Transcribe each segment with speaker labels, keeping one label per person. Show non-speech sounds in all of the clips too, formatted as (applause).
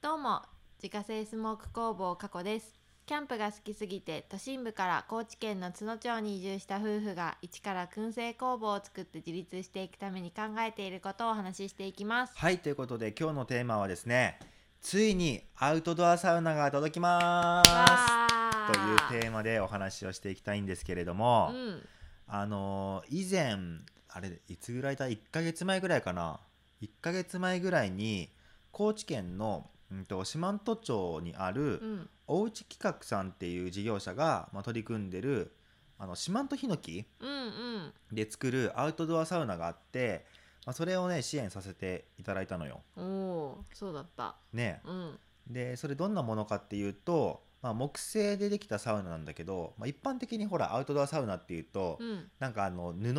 Speaker 1: どうも自家製スモーク工房加古ですキャンプが好きすぎて都心部から高知県の津野町に移住した夫婦が一から燻製工房を作って自立していくために考えていることをお話ししていきます
Speaker 2: はい、ということで今日のテーマはですね、ついにアウトドアサウナが届きますというテーマでお話をしていきたいんですけれども、
Speaker 1: うん
Speaker 2: あのー以前、あれ、いつぐらいだ ?1 ヶ月前ぐらいかな ?1 ヶ月前ぐらいに、高知県の、うん、と四万十町にある、
Speaker 1: うん
Speaker 2: おうち企画さんっていう事業者が、まあ、取り組んでる、あの四万十ヒノキ
Speaker 1: うんうん
Speaker 2: で作るアウトドアサウナがあって、まあ、それをね、支援させていただいたのよ。
Speaker 1: おおーそうだった
Speaker 2: ね。
Speaker 1: うん
Speaker 2: でそれどんなものかっていうと、まあ、木製でできたサウナなんだけど、まあ、一般的にほらアウトドアサウナっていうと、
Speaker 1: うん
Speaker 2: なんかあの布、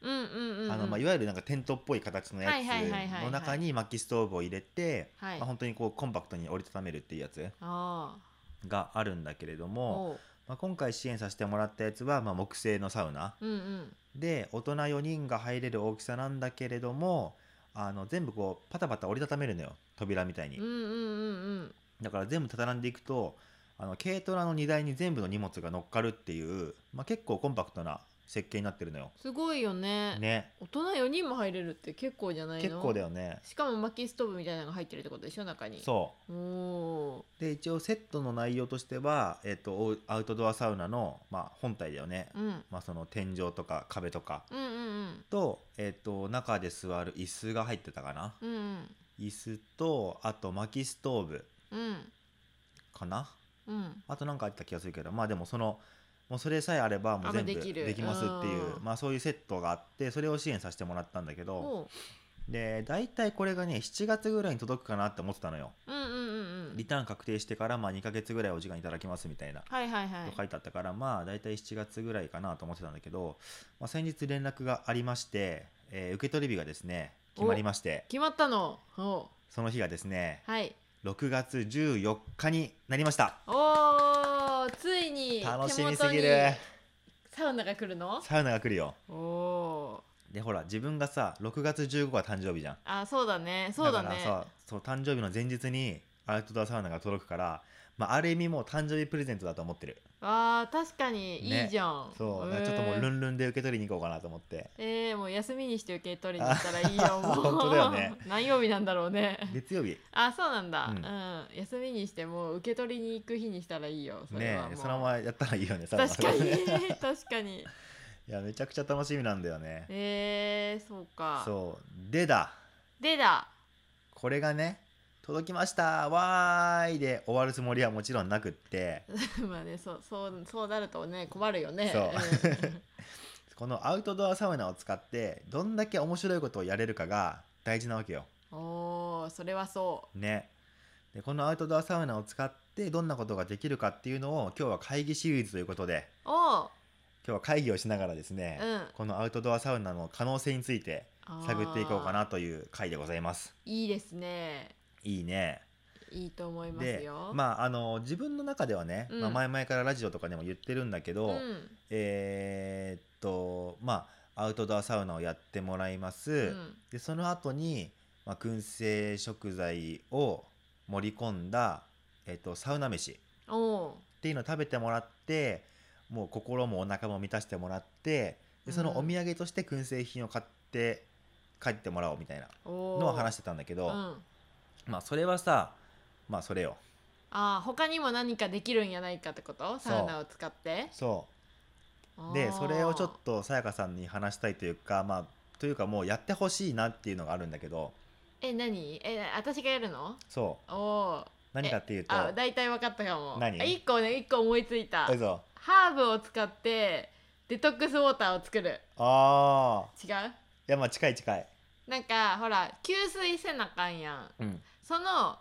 Speaker 1: うんうんうんうん
Speaker 2: あのまあ、いわゆるなんかテントっぽい形のや
Speaker 1: はいはいはいはいはい
Speaker 2: つの中に薪ストーブを入れて、
Speaker 1: はい
Speaker 2: まあ、本当にこうコンパクトに折りたためるっていうやつ
Speaker 1: あ
Speaker 2: があるんだけれど
Speaker 1: あ
Speaker 2: も、
Speaker 1: おう
Speaker 2: まあ、今回支援させてもらったやつは、まあ、木製のサウナ
Speaker 1: うんうん
Speaker 2: で大人4人が入れる大きさなんだけれどもあの全部こうパタパタ折りたためるのよ扉みたいに
Speaker 1: うんう。んうん
Speaker 2: だから全部畳んでいくとあの軽トラの荷台に全部の荷物が乗っかるっていう、まあ、結構コンパクトな設計になってるのよ。
Speaker 1: すごいよね
Speaker 2: ね
Speaker 1: 大人4人も入れるって結構じゃないの
Speaker 2: 結構だよね。
Speaker 1: しかも薪ストーブみたいなのが入ってるってことでしょ中に
Speaker 2: そう
Speaker 1: お
Speaker 2: うで一応セットの内容としては、えっとおアウトドアサウナの、まあ、本体だよね
Speaker 1: ー、うん
Speaker 2: まあ、その天井とか壁とか
Speaker 1: うんうん
Speaker 2: と,、えっと中で座る椅子が入ってたかな
Speaker 1: うんうん
Speaker 2: 椅子とあと薪ストーブ
Speaker 1: うん
Speaker 2: かな
Speaker 1: うん
Speaker 2: あとなんかあった気がするけどまあでもそのもうそれさえあればもう全部
Speaker 1: あもうできる
Speaker 2: できますっていう
Speaker 1: うん
Speaker 2: まあそういうセットがあってそれを支援させてもらったんだけど
Speaker 1: おう
Speaker 2: で大体これがね7月ぐらいに届くかなって思ってたのよ
Speaker 1: うんうんうんう
Speaker 2: リ
Speaker 1: ん
Speaker 2: ターン確定してからまあ2ヶ月ぐらいお時間いただきますみたいな
Speaker 1: はいはいはい
Speaker 2: と書いてあったからまあ大体7月ぐらいかなと思ってたんだけど、まあ、先日連絡がありまして、えー受け取り日がですね決まりまして
Speaker 1: 決まったのお
Speaker 2: その日がですね
Speaker 1: うはい
Speaker 2: 6月14日になりました
Speaker 1: おーついに
Speaker 2: 楽しみす
Speaker 1: 手元
Speaker 2: ぎ
Speaker 1: に
Speaker 2: る
Speaker 1: サウナが来るの
Speaker 2: サウナが来るよ
Speaker 1: おお
Speaker 2: でほら自分がさ6月15が誕生日じゃん
Speaker 1: あそうだねそうだね
Speaker 2: からさそう誕生日の前日にアウトドアサウナが届くから、まあ、ある意味もう誕生日プレゼントだと思ってる
Speaker 1: わあ確かにいいじゃん、
Speaker 2: そう、
Speaker 1: へ
Speaker 2: だか
Speaker 1: ー
Speaker 2: らちょっともうルンルンで受け取りに行こうかなと思
Speaker 1: (laughs)
Speaker 2: って
Speaker 1: えー、もう休みにして受け取りに行ったらいいよもう
Speaker 2: (laughs)
Speaker 1: (laughs)
Speaker 2: 本当だよね
Speaker 1: 何曜日なんだろうね
Speaker 2: 月曜日
Speaker 1: あそうなんだ、う
Speaker 2: うん
Speaker 1: ん休みにしてもう受け取りに行く日にしたらいいよそれ
Speaker 2: ね
Speaker 1: はもう
Speaker 2: えそのままやったらいいよねサウナ
Speaker 1: 確かに
Speaker 2: い (laughs)
Speaker 1: 確かに
Speaker 2: やめちゃくちゃ楽しみなんだよね
Speaker 1: えー、そうか
Speaker 2: そうでだ
Speaker 1: でだ (laughs)
Speaker 2: これがね届きましたわーいで終わるつもりはもちろんな
Speaker 1: (laughs)
Speaker 2: くって
Speaker 1: まあねそうそうそうなるとね困るよね
Speaker 2: そう
Speaker 1: うん
Speaker 2: このアウトドアサウナを使ってどんだけ面白いことをやれるかが大事なわけよ
Speaker 1: おーそれはそ
Speaker 2: ねでこのアウトドアサウナを使ってどんなことができるかっていうのを今日は会議シリーズということで
Speaker 1: うおう
Speaker 2: 今日は会議をしながらですね、
Speaker 1: うん
Speaker 2: このアウトドアサウナの可能性について
Speaker 1: あー
Speaker 2: 探っていこうかなという回でございます
Speaker 1: いいですね
Speaker 2: いいね
Speaker 1: いいと思います
Speaker 2: で
Speaker 1: よ
Speaker 2: まああの自分の中ではね、
Speaker 1: うん
Speaker 2: まあ、前々からラジオとかでも言ってるんだけど、
Speaker 1: うん
Speaker 2: えーっとまあアウトドアサウナをやってもらいます、
Speaker 1: うん
Speaker 2: でその後に、まあ、燻製食材を盛り込んだ、えっとサウナ飯っ
Speaker 1: おう
Speaker 2: ていうのを食べてもらってもう心もお腹も満たしてもらってでそのお土産として燻製品を買って帰ってもらおうみたいな
Speaker 1: おう
Speaker 2: のを話してたんだけど、
Speaker 1: うん
Speaker 2: まあそれはさまあそれよ
Speaker 1: あー他にも何かできるんやないかってことサウナを使って
Speaker 2: そ
Speaker 1: あ
Speaker 2: う
Speaker 1: ー
Speaker 2: でそれをちょっとさやかさんに話したいというかまあというかもうやってほしいなっていうのがあるんだけど
Speaker 1: え何え私がやるの
Speaker 2: そ
Speaker 1: おお
Speaker 2: う何かっていうと
Speaker 1: あ大体分かったかも
Speaker 2: 何
Speaker 1: あ一個ね一個思いついた
Speaker 2: どうぞ
Speaker 1: ハーブを使ってデトックスウォーターを作る
Speaker 2: あ
Speaker 1: 違
Speaker 2: あ
Speaker 1: う
Speaker 2: いやまあ近い近い。
Speaker 1: なんかほら給水せなあかんやん
Speaker 2: うん。うん
Speaker 1: その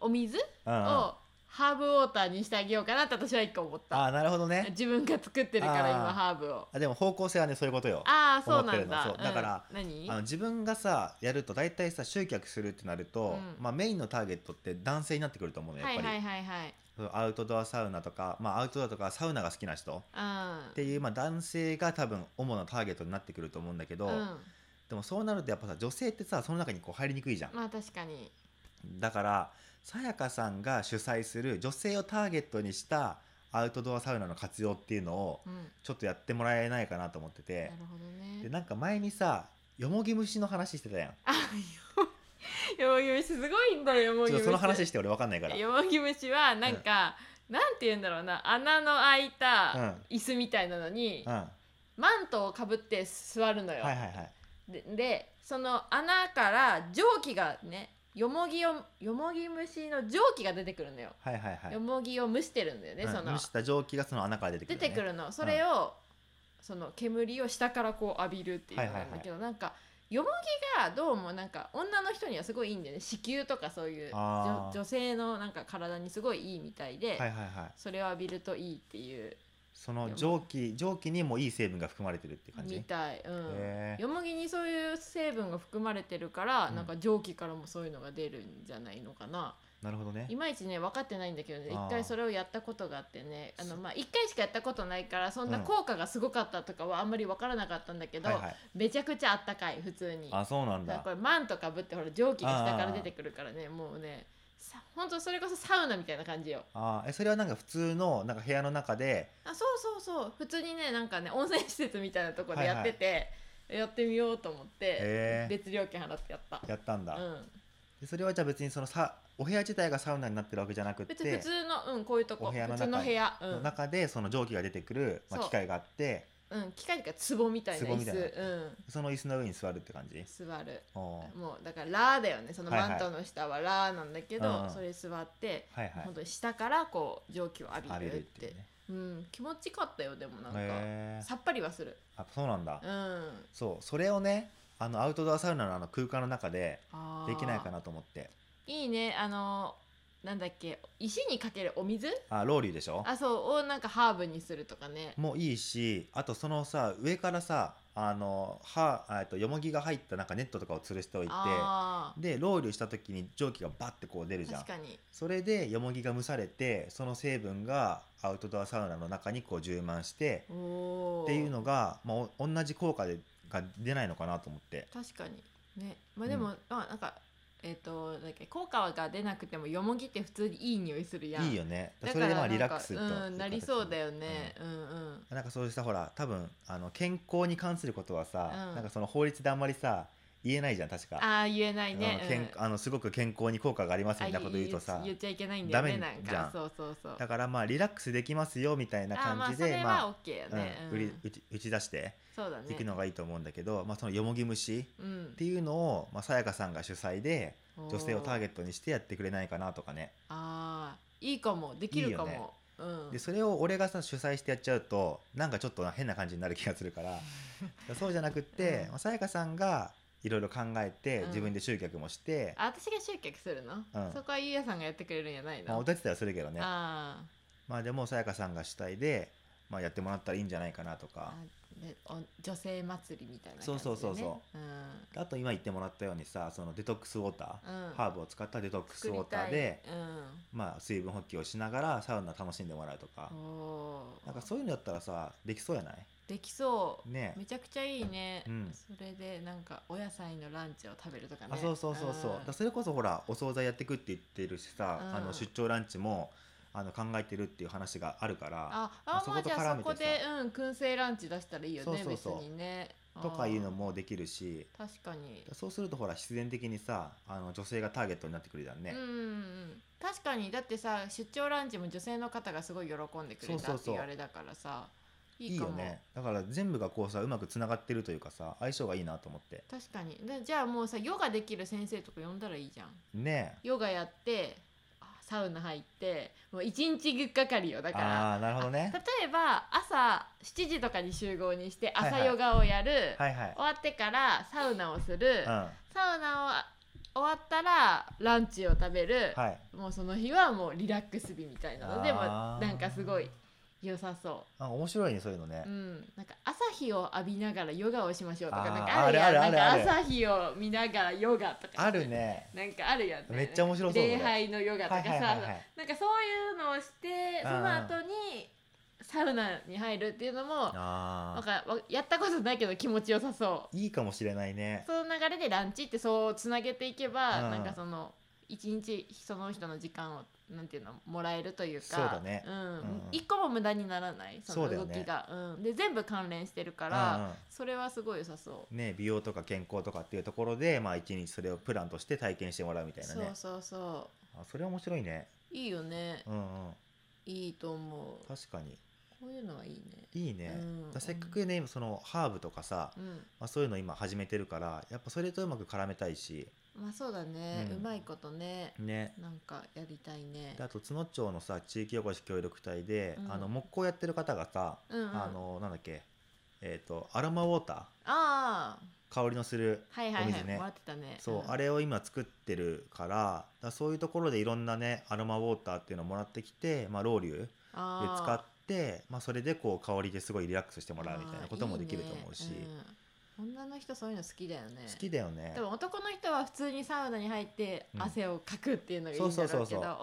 Speaker 1: お水を
Speaker 2: あ
Speaker 1: ハーブウォーターにしてあげようかなって私は一個思った
Speaker 2: あなるほどね。
Speaker 1: 自分が作ってるから
Speaker 2: あー
Speaker 1: 今ハーブを
Speaker 2: あでも方向性はねそういうことよ。
Speaker 1: ああそうなん
Speaker 2: 思
Speaker 1: だ
Speaker 2: ってるのそうだから
Speaker 1: うん、何
Speaker 2: あの自分がさやると大体さ集客するってなると、
Speaker 1: うん
Speaker 2: まあ、メインのターゲットって男性になってくると思うのやっ
Speaker 1: はい
Speaker 2: ぱり、
Speaker 1: はいはいはい
Speaker 2: そうアウトドアサウナとか、まあ、アウトドアとかサウナが好きな人っていう、まあ、男性が多分主なターゲットになってくると思うんだけ
Speaker 1: う
Speaker 2: ど、
Speaker 1: ん、うん、
Speaker 2: でもそうなるとやっぱさ女性ってさその中にこう入りにくいじゃん、
Speaker 1: まあ確かに
Speaker 2: だからさやかさんが主催する女性をターゲットにしたアウトドアサウナの活用っていうのを
Speaker 1: うん、
Speaker 2: ちょっとやってもらえないかなと思ってて
Speaker 1: なるほど
Speaker 2: で
Speaker 1: ね
Speaker 2: なんか前にさよもぎ虫の話してたやん
Speaker 1: あよよもぎ虫すごいんだよよも
Speaker 2: ち
Speaker 1: ぎ虫
Speaker 2: ょっとその話して俺わかんないから
Speaker 1: よもぎ虫はなんか、なんて言うんだろうな穴の開いた椅子みたいなのに、
Speaker 2: うんは
Speaker 1: マントをかぶって座るの
Speaker 2: い
Speaker 1: よ、
Speaker 2: はいはい
Speaker 1: ででその穴から蒸気がねよもぎをよもぎ虫の蒸気が出てくるのよ、
Speaker 2: はいはいはい
Speaker 1: よもぎを蒸してるんだよね、
Speaker 2: うん
Speaker 1: その
Speaker 2: 蒸した蒸気がその穴から出てく
Speaker 1: 出
Speaker 2: る、ね、
Speaker 1: てくるのそれを、その煙を下からこう浴びるっていうのなんだけど、なんかよもぎがどうもなんか女の人にはすごいいいんだよね子宮とかそういう
Speaker 2: あー
Speaker 1: 女女性のなんか体にすごいいいみたいで、
Speaker 2: はいはいはい
Speaker 1: それを浴びるといいっていう
Speaker 2: その蒸気蒸気にもいい成分が含まれてるって感
Speaker 1: み
Speaker 2: じ
Speaker 1: たい、うん、
Speaker 2: へえ
Speaker 1: よもぎにそういう成分が含まれてるから、
Speaker 2: うん
Speaker 1: なんか蒸気からもそういうのが出るんじゃないのかな
Speaker 2: なるほどね
Speaker 1: (laughs) いまいちね分かってないんだけどね
Speaker 2: あー
Speaker 1: 一回それをやったことがあってねあの、
Speaker 2: そ
Speaker 1: まあ、一回しかやったことないからそんな
Speaker 2: うん
Speaker 1: 効果がすごかったとかはあんまり分からなかったんだけど、
Speaker 2: はいはい
Speaker 1: めちゃくちゃあったかい普通に。
Speaker 2: あそうなん
Speaker 1: だから
Speaker 2: だ
Speaker 1: これマントかぶってほら蒸気が下から出てくるからねもうねさ本当それこそサウナみたいな感じよ
Speaker 2: あーえそれはなんか普通のなんか部屋の中で
Speaker 1: あそうそうそう普通にねなんかね温泉施設みたいなとこでやってて、やってみようと思って
Speaker 2: へー
Speaker 1: 別料金払ってやった
Speaker 2: やったんだ、
Speaker 1: うん
Speaker 2: でそれはじゃあ別にそのさお部屋自体がサウナになってるわけじゃなく
Speaker 1: 別に普
Speaker 2: て
Speaker 1: 通のうんこういうとこ
Speaker 2: お部屋の
Speaker 1: 普
Speaker 2: 中
Speaker 1: 通
Speaker 2: に
Speaker 1: の部屋う
Speaker 2: の
Speaker 1: ん、
Speaker 2: 中でその蒸気が出てくる、まあ、
Speaker 1: そう
Speaker 2: 機械があって
Speaker 1: うん、機械というか壺みたいな
Speaker 2: 壺
Speaker 1: 椅
Speaker 2: み
Speaker 1: 子
Speaker 2: たい
Speaker 1: う
Speaker 2: な
Speaker 1: ん
Speaker 2: その椅子の上に座るって感じ
Speaker 1: 座る
Speaker 2: おー
Speaker 1: もうだからラーだよねその
Speaker 2: はいはい
Speaker 1: マントの下はラーなんだけど、
Speaker 2: うんうん
Speaker 1: それ座って、
Speaker 2: はいはい
Speaker 1: 本当に下からこう蒸気を浴びるっ
Speaker 2: 浴
Speaker 1: て
Speaker 2: びるっていうね
Speaker 1: うん、気持ちよかったよでもなんか、
Speaker 2: へー
Speaker 1: さっぱりはする
Speaker 2: あそうなんだ、
Speaker 1: うんあ
Speaker 2: そうそれをねあのアウトドアサウナのあの空間の中で
Speaker 1: ー
Speaker 2: できないかなと思って
Speaker 1: いいねあのなんだっけ石にかけるお水
Speaker 2: あロウリュでしょ
Speaker 1: あそうをなんかハーブにするとかね
Speaker 2: もういいしあとそのさ上からさあのはあえっとよもぎが入ったなんかネットとかを吊るしておいて
Speaker 1: あ
Speaker 2: でロウリュした時に蒸気がバッてこう出る
Speaker 1: ー
Speaker 2: じゃん
Speaker 1: 確かに
Speaker 2: それでよもぎが蒸されてその成分がアウトドアサウナの中にこう充満して
Speaker 1: おー
Speaker 2: っていうのが、まあ、お同じ効果でが出ないのかなと思って
Speaker 1: 確かにねまあでも、まあなんかえっ、となんだっけ効果が出なくてもよもぎって普通にいい匂いするやん
Speaker 2: いいよね
Speaker 1: だ
Speaker 2: そ
Speaker 1: から
Speaker 2: れで
Speaker 1: なん
Speaker 2: ま
Speaker 1: か
Speaker 2: あリラックスと
Speaker 1: うん、なりそうだ
Speaker 2: よ
Speaker 1: よね、うん、うん
Speaker 2: なんかそうしたほら多分あの健康に関することはさ、
Speaker 1: うん
Speaker 2: なんかその法律であんまりさ言えないじゃん確か
Speaker 1: ああ言えないね、
Speaker 2: うん
Speaker 1: うん
Speaker 2: 健あのすごく健康に効果がありますみたいなこと言うと
Speaker 1: あ
Speaker 2: さ
Speaker 1: 言っちゃいけないんだよね
Speaker 2: ダ
Speaker 1: な
Speaker 2: メ
Speaker 1: ん
Speaker 2: じゃ
Speaker 1: か
Speaker 2: ん
Speaker 1: そうそうそう
Speaker 2: だからまあリラックスできますよみたいな
Speaker 1: あーま
Speaker 2: 感
Speaker 1: あ
Speaker 2: じ
Speaker 1: それ
Speaker 2: で
Speaker 1: は
Speaker 2: まあ
Speaker 1: OK よ
Speaker 2: うん
Speaker 1: ね、うん
Speaker 2: 売り打ち打ち出して
Speaker 1: そうだね
Speaker 2: いくのがいいと思うんだけど、まあ、そのよもぎ虫
Speaker 1: うん
Speaker 2: っ、ていうのをまあさやかさんが主催で女性をターゲ
Speaker 1: ット
Speaker 2: ットにしてやってくれないかなとかね
Speaker 1: あーいいかもできるかも
Speaker 2: いいよね
Speaker 1: うん
Speaker 2: でそれを俺がさ主催してやっちゃうとなんかちょっと変な感じになる気がするから
Speaker 1: (laughs)
Speaker 2: そうじゃなくって
Speaker 1: うん
Speaker 2: まあさやかさんがいろいろ考えて
Speaker 1: うん
Speaker 2: 自分で集客もして、
Speaker 1: あ私が集客するの、
Speaker 2: うん
Speaker 1: そこはゆうやさんがやってくれるんじゃないの、
Speaker 2: まあ、お手伝いはするけどね
Speaker 1: あー
Speaker 2: まあでもさやかさんが主体で、まあ、やってもらったらいいんじゃないかなとか
Speaker 1: あでお女性祭りみたいな感じで、ね、、
Speaker 2: そうそうそうそう
Speaker 1: うん
Speaker 2: あと今言ってもらったようにさそのデトックスウォーター、
Speaker 1: うん
Speaker 2: ハーブを使ったデトックスウォーターで、
Speaker 1: 作りたい
Speaker 2: まあ、水分補給をしながらサウナ楽しんでもらうとか
Speaker 1: うん、おー
Speaker 2: なんかそういうのやったらさできそうやない
Speaker 1: できそう、
Speaker 2: ね
Speaker 1: めちゃくちゃいいね、
Speaker 2: うん
Speaker 1: それでなんかお野菜のランチを食べるとかね
Speaker 2: あそうそうそうそう、だから
Speaker 1: ん
Speaker 2: それこそほらお惣菜やってくって言ってるしさ、
Speaker 1: うん
Speaker 2: あの出張ランチもあの考えてるっていう話があるから
Speaker 1: ああ
Speaker 2: そ
Speaker 1: ま
Speaker 2: こ
Speaker 1: あ
Speaker 2: と
Speaker 1: じゃあそこ
Speaker 2: 絡めて
Speaker 1: でうん燻製ランチ出したらいいよね
Speaker 2: そうそうそう
Speaker 1: 別にね
Speaker 2: とかいうの
Speaker 1: も
Speaker 2: もできるし
Speaker 1: 確かに、
Speaker 2: そうするとほら必然的にさあの女性がターゲットになってくるじゃんね
Speaker 1: うん、うんうん確かにだってさ出張ランチも女性の方がすごい喜んでくれた
Speaker 2: そうそう
Speaker 1: って
Speaker 2: そう
Speaker 1: いうあれだからさい
Speaker 2: い
Speaker 1: い
Speaker 2: い
Speaker 1: か
Speaker 2: よ
Speaker 1: も
Speaker 2: ねだから全部がこうさうまくつながってるというかさ相性がいいなと思って
Speaker 1: 確かにでじゃあもうさヨガできる先生とか呼んだらいいじゃん
Speaker 2: ねえ
Speaker 1: ヨガやってあサウナ入ってもう一日がかりよだから
Speaker 2: ああーなるほどね
Speaker 1: あ例えば朝7時とかに集合にして
Speaker 2: はい
Speaker 1: 朝
Speaker 2: はい
Speaker 1: ヨガをやる、
Speaker 2: はいはい
Speaker 1: 終わってからサウナをする、
Speaker 2: うん
Speaker 1: サウナを終わったらランチを食べる、
Speaker 2: はい
Speaker 1: もうその日はもうリラックス日みたいなのでも
Speaker 2: あー
Speaker 1: なんかすごい良さそ
Speaker 2: あ面白いねそういうのね
Speaker 1: う、うん、なんか朝日を浴びながらヨガをしましょうとか
Speaker 2: あー
Speaker 1: なんかあるやん
Speaker 2: あるあるあ
Speaker 1: な
Speaker 2: る
Speaker 1: んか朝日を見ながらヨガとか
Speaker 2: あるね
Speaker 1: なんかあるやん
Speaker 2: めっちゃ面白そうそれ
Speaker 1: 礼拝のヨガとか
Speaker 2: は
Speaker 1: さ、
Speaker 2: いはいはいはい
Speaker 1: なんかそういうのをして
Speaker 2: う
Speaker 1: そ
Speaker 2: んうん
Speaker 1: の後にサウナに入るっていうのもなん
Speaker 2: ああ
Speaker 1: かわやったことないけど気持ちよさそう
Speaker 2: いいかもしれないね
Speaker 1: その流れでランチってそうつなげていけば、
Speaker 2: うん
Speaker 1: なんかその一日その人の時間をなんていうのもらえるというか
Speaker 2: そうだね
Speaker 1: うん
Speaker 2: うん
Speaker 1: 一個も無駄にならないそ
Speaker 2: そう
Speaker 1: の
Speaker 2: だよ
Speaker 1: 動
Speaker 2: ね
Speaker 1: きがう、ん、で全部関連してるから、
Speaker 2: ら、
Speaker 1: それはすごい良さそう。
Speaker 2: うんね、美容とか健康とかっていうところで、まあ、一日それをプランとして体験してもらうみたいな
Speaker 1: そう
Speaker 2: ね
Speaker 1: そうそ
Speaker 2: あそれは面白いね、
Speaker 1: ういいよね、
Speaker 2: うんうん、
Speaker 1: いいと思うこ
Speaker 2: 確かに
Speaker 1: ういうのはいいね
Speaker 2: いいね、
Speaker 1: うん
Speaker 2: だからせっかくね今そのハーブとかさ、
Speaker 1: うん
Speaker 2: まあ、そういうの今始めてるからやっぱそれとうまく絡めたいし
Speaker 1: まあそうだね、う
Speaker 2: うん
Speaker 1: まいことね
Speaker 2: ね
Speaker 1: なんかやりたいね
Speaker 2: であと津野町のさ地域おこし協力隊で、
Speaker 1: うん
Speaker 2: あの木工やってる方がさ、
Speaker 1: うんうん
Speaker 2: あのなんだっけえっ、とアロマウォーター
Speaker 1: ああ
Speaker 2: 香りのする
Speaker 1: はいはいは
Speaker 2: お
Speaker 1: い、
Speaker 2: 水ね
Speaker 1: もらってたね
Speaker 2: そう、
Speaker 1: ん
Speaker 2: あれを今作ってるからだからそういうところでいろんなねアロマウォーターっていうのをもらってきて、まあ、ロウリュで
Speaker 1: あー
Speaker 2: 使ってまあ、それでこう香りですごいリラックスしてもらうみたいなこともできると思うし
Speaker 1: あーいいねうん女の人そういうの好きだよね
Speaker 2: 好きだよね
Speaker 1: でも男の人は普通にサウナに入って
Speaker 2: うん
Speaker 1: 汗をかくっていうのがいいんだろうけど、
Speaker 2: そうそうそうそう
Speaker 1: 女の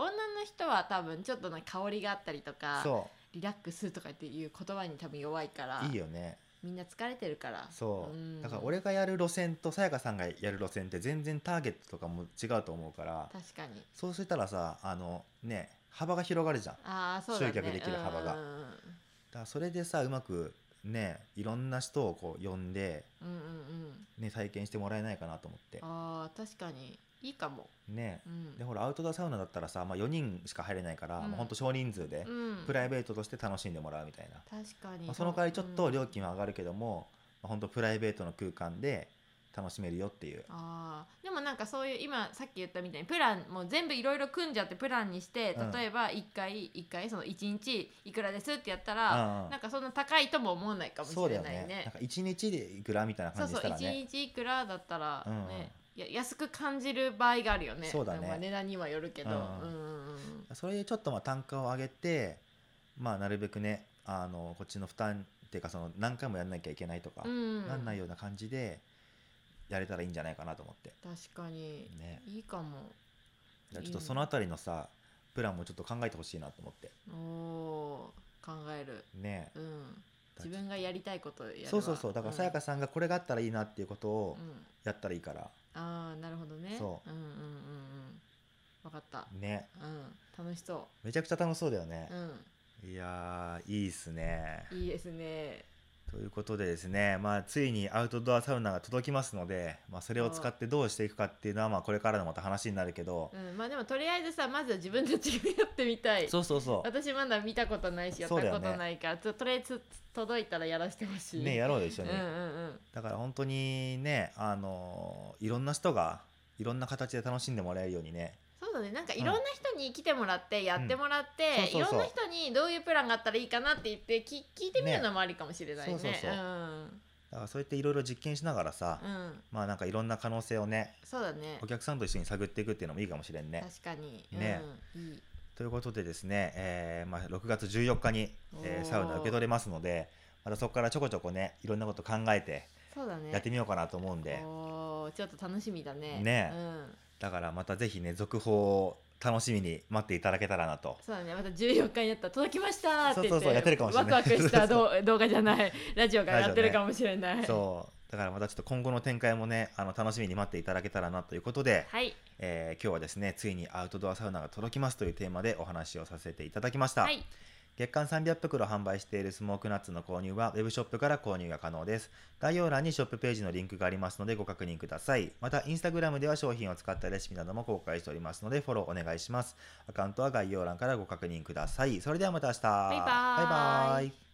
Speaker 1: 人は多分ちょっとなんか香りがあったりとか
Speaker 2: そ
Speaker 1: リラックスとかっていう言葉に多分弱いから
Speaker 2: ういいよね
Speaker 1: みんな疲れてるから
Speaker 2: そう、
Speaker 1: ん
Speaker 2: だから俺がやる路線とさやかさんがやる路線って全然ターゲットとかも違うと思うから
Speaker 1: 確かに
Speaker 2: そうしたらさあのね幅が広がるじゃんだか
Speaker 1: ああそうだね
Speaker 2: 集客できる幅が
Speaker 1: うん
Speaker 2: らそれでさうまくねいろんな人をこう呼んで、
Speaker 1: うんうんうん
Speaker 2: ね、体験してもらえないかなと思って
Speaker 1: あー確かにいいかも、
Speaker 2: ね
Speaker 1: うん
Speaker 2: でほらアウトドアサウナだったらさ、まあ、4人しか入れないから、
Speaker 1: うん
Speaker 2: もうほんと少人数で
Speaker 1: うん
Speaker 2: プライベートとして楽しんでもらうみたいな、
Speaker 1: 確かに、
Speaker 2: まあ、その代わりちょっと料金は上がるけども、まあ、ほんとプライベートの空間で楽しめるよっていう
Speaker 1: あーでもなんかそういう今さっき言ったみたいにプランもう全部いろいろ組んじゃってプランにして
Speaker 2: うん
Speaker 1: 例えば1回1回その1日いくらですってやったら、
Speaker 2: うん
Speaker 1: なんかそんな高いとも思わないかもし
Speaker 2: そうだ
Speaker 1: れ
Speaker 2: よ
Speaker 1: ないね
Speaker 2: ねなんか1日でいくらみたいな
Speaker 1: そ
Speaker 2: 感
Speaker 1: う
Speaker 2: じ
Speaker 1: そ
Speaker 2: し
Speaker 1: う
Speaker 2: たら
Speaker 1: 1
Speaker 2: ね
Speaker 1: 日いくらだったら
Speaker 2: うんうん
Speaker 1: ね、や安く感じる場合があるよね
Speaker 2: そうだね
Speaker 1: まあ値段にはよるけど、う
Speaker 2: うんん
Speaker 1: う
Speaker 2: うんん
Speaker 1: うんうん、
Speaker 2: それでちょっとまあ単価を上げてまあなるべくねあのこっちの負担っていうかその何回もやんなきゃいけないとか、
Speaker 1: うん
Speaker 2: なんないような感じでやれたらいいんじゃないかなと思って
Speaker 1: 確かに
Speaker 2: ね
Speaker 1: いいかも
Speaker 2: じゃあちょっとそのあたりのさプランもちょっと考えてほしいなと思って
Speaker 1: おー考える
Speaker 2: ね
Speaker 1: うん自分がやりたいことやるわ
Speaker 2: そうそうそうだからさやか
Speaker 1: さ
Speaker 2: さんがこれがあったらいいなっていうことを
Speaker 1: ん、うん
Speaker 2: やったらいいから
Speaker 1: ああなるほどね
Speaker 2: そう
Speaker 1: うんうんうんうん分かった
Speaker 2: ね
Speaker 1: うん楽しそ
Speaker 2: めちゃくちゃ楽しそうだよね
Speaker 1: う、うん
Speaker 2: いやーいいっすね
Speaker 1: いいですね
Speaker 2: ということでですね、まあ、ついにアウトドアサウナが届きますので、まあ、それを使ってどうしていくかっていうのはまあこれからのまた話になるけど、
Speaker 1: うんまあでもとりあえずさまずは自分たちがやってみたい
Speaker 2: そうそうそ
Speaker 1: 私まだ見たことないしやった
Speaker 2: そうだ
Speaker 1: こ
Speaker 2: よね
Speaker 1: とないから、ちょとりあえず届いたらやらせてほ
Speaker 2: う
Speaker 1: しい
Speaker 2: ねやろうよ一緒
Speaker 1: うん
Speaker 2: に、
Speaker 1: うんうん
Speaker 2: だから本当にねあのーいろんな人がいろんな形で楽しんでもらえるようにね
Speaker 1: そうだねなんかいろんな人に来てもらってやってもらっ
Speaker 2: うん
Speaker 1: て、
Speaker 2: そうそうそう
Speaker 1: いろんな人にどういうプランがあったらいいかなって言ってき聞いてみるのもありかもしれないね
Speaker 2: ねそうそうそうんだからそうやっていろいろ実験しながらさ、
Speaker 1: うん
Speaker 2: まあなんかいろんな可能性をね
Speaker 1: そうだね
Speaker 2: お客さんと一緒に探っていくっていうのもいいかもしれんね。
Speaker 1: 確かに、
Speaker 2: ね
Speaker 1: うん、いい
Speaker 2: ということでですね、えーまあ、6月14日に、え
Speaker 1: お
Speaker 2: ー
Speaker 1: ー
Speaker 2: サウナ受け取れますのでまたそこからちょこちょこねいろんなこと考えて
Speaker 1: そうだね
Speaker 2: やってみようかなと思うんで、
Speaker 1: おーちょっと楽しみだね
Speaker 2: ね
Speaker 1: うん、
Speaker 2: だからまたぜひね続報を楽しみに待っていただけたらなと
Speaker 1: そうだねまた14日になったら届きましたって言って
Speaker 2: そうそうそうやってるかもしれない
Speaker 1: ワクワク
Speaker 2: (laughs)
Speaker 1: した動動画じゃないラジオがやってるかもしれない、
Speaker 2: そうだからまたちょっと今後の展開もねあの楽しみに待っていただけたらなということで、
Speaker 1: はい
Speaker 2: えー今日はですねついにアウトドアサウナが届きますというテーマでお話をさせていただきました、
Speaker 1: はい
Speaker 2: 月間300袋販売しているスモークナッツの購入はウェブショップから購入が可能です。概要欄にショップページのリンクがありますのでご確認ください。また、インスタグラムでは商品を使ったレシピなども公開しておりますのでフォローお願いします。アカウントは概要欄からご確認ください。それではまた明日。バ
Speaker 1: バイ
Speaker 2: イ
Speaker 1: バイ
Speaker 2: バイ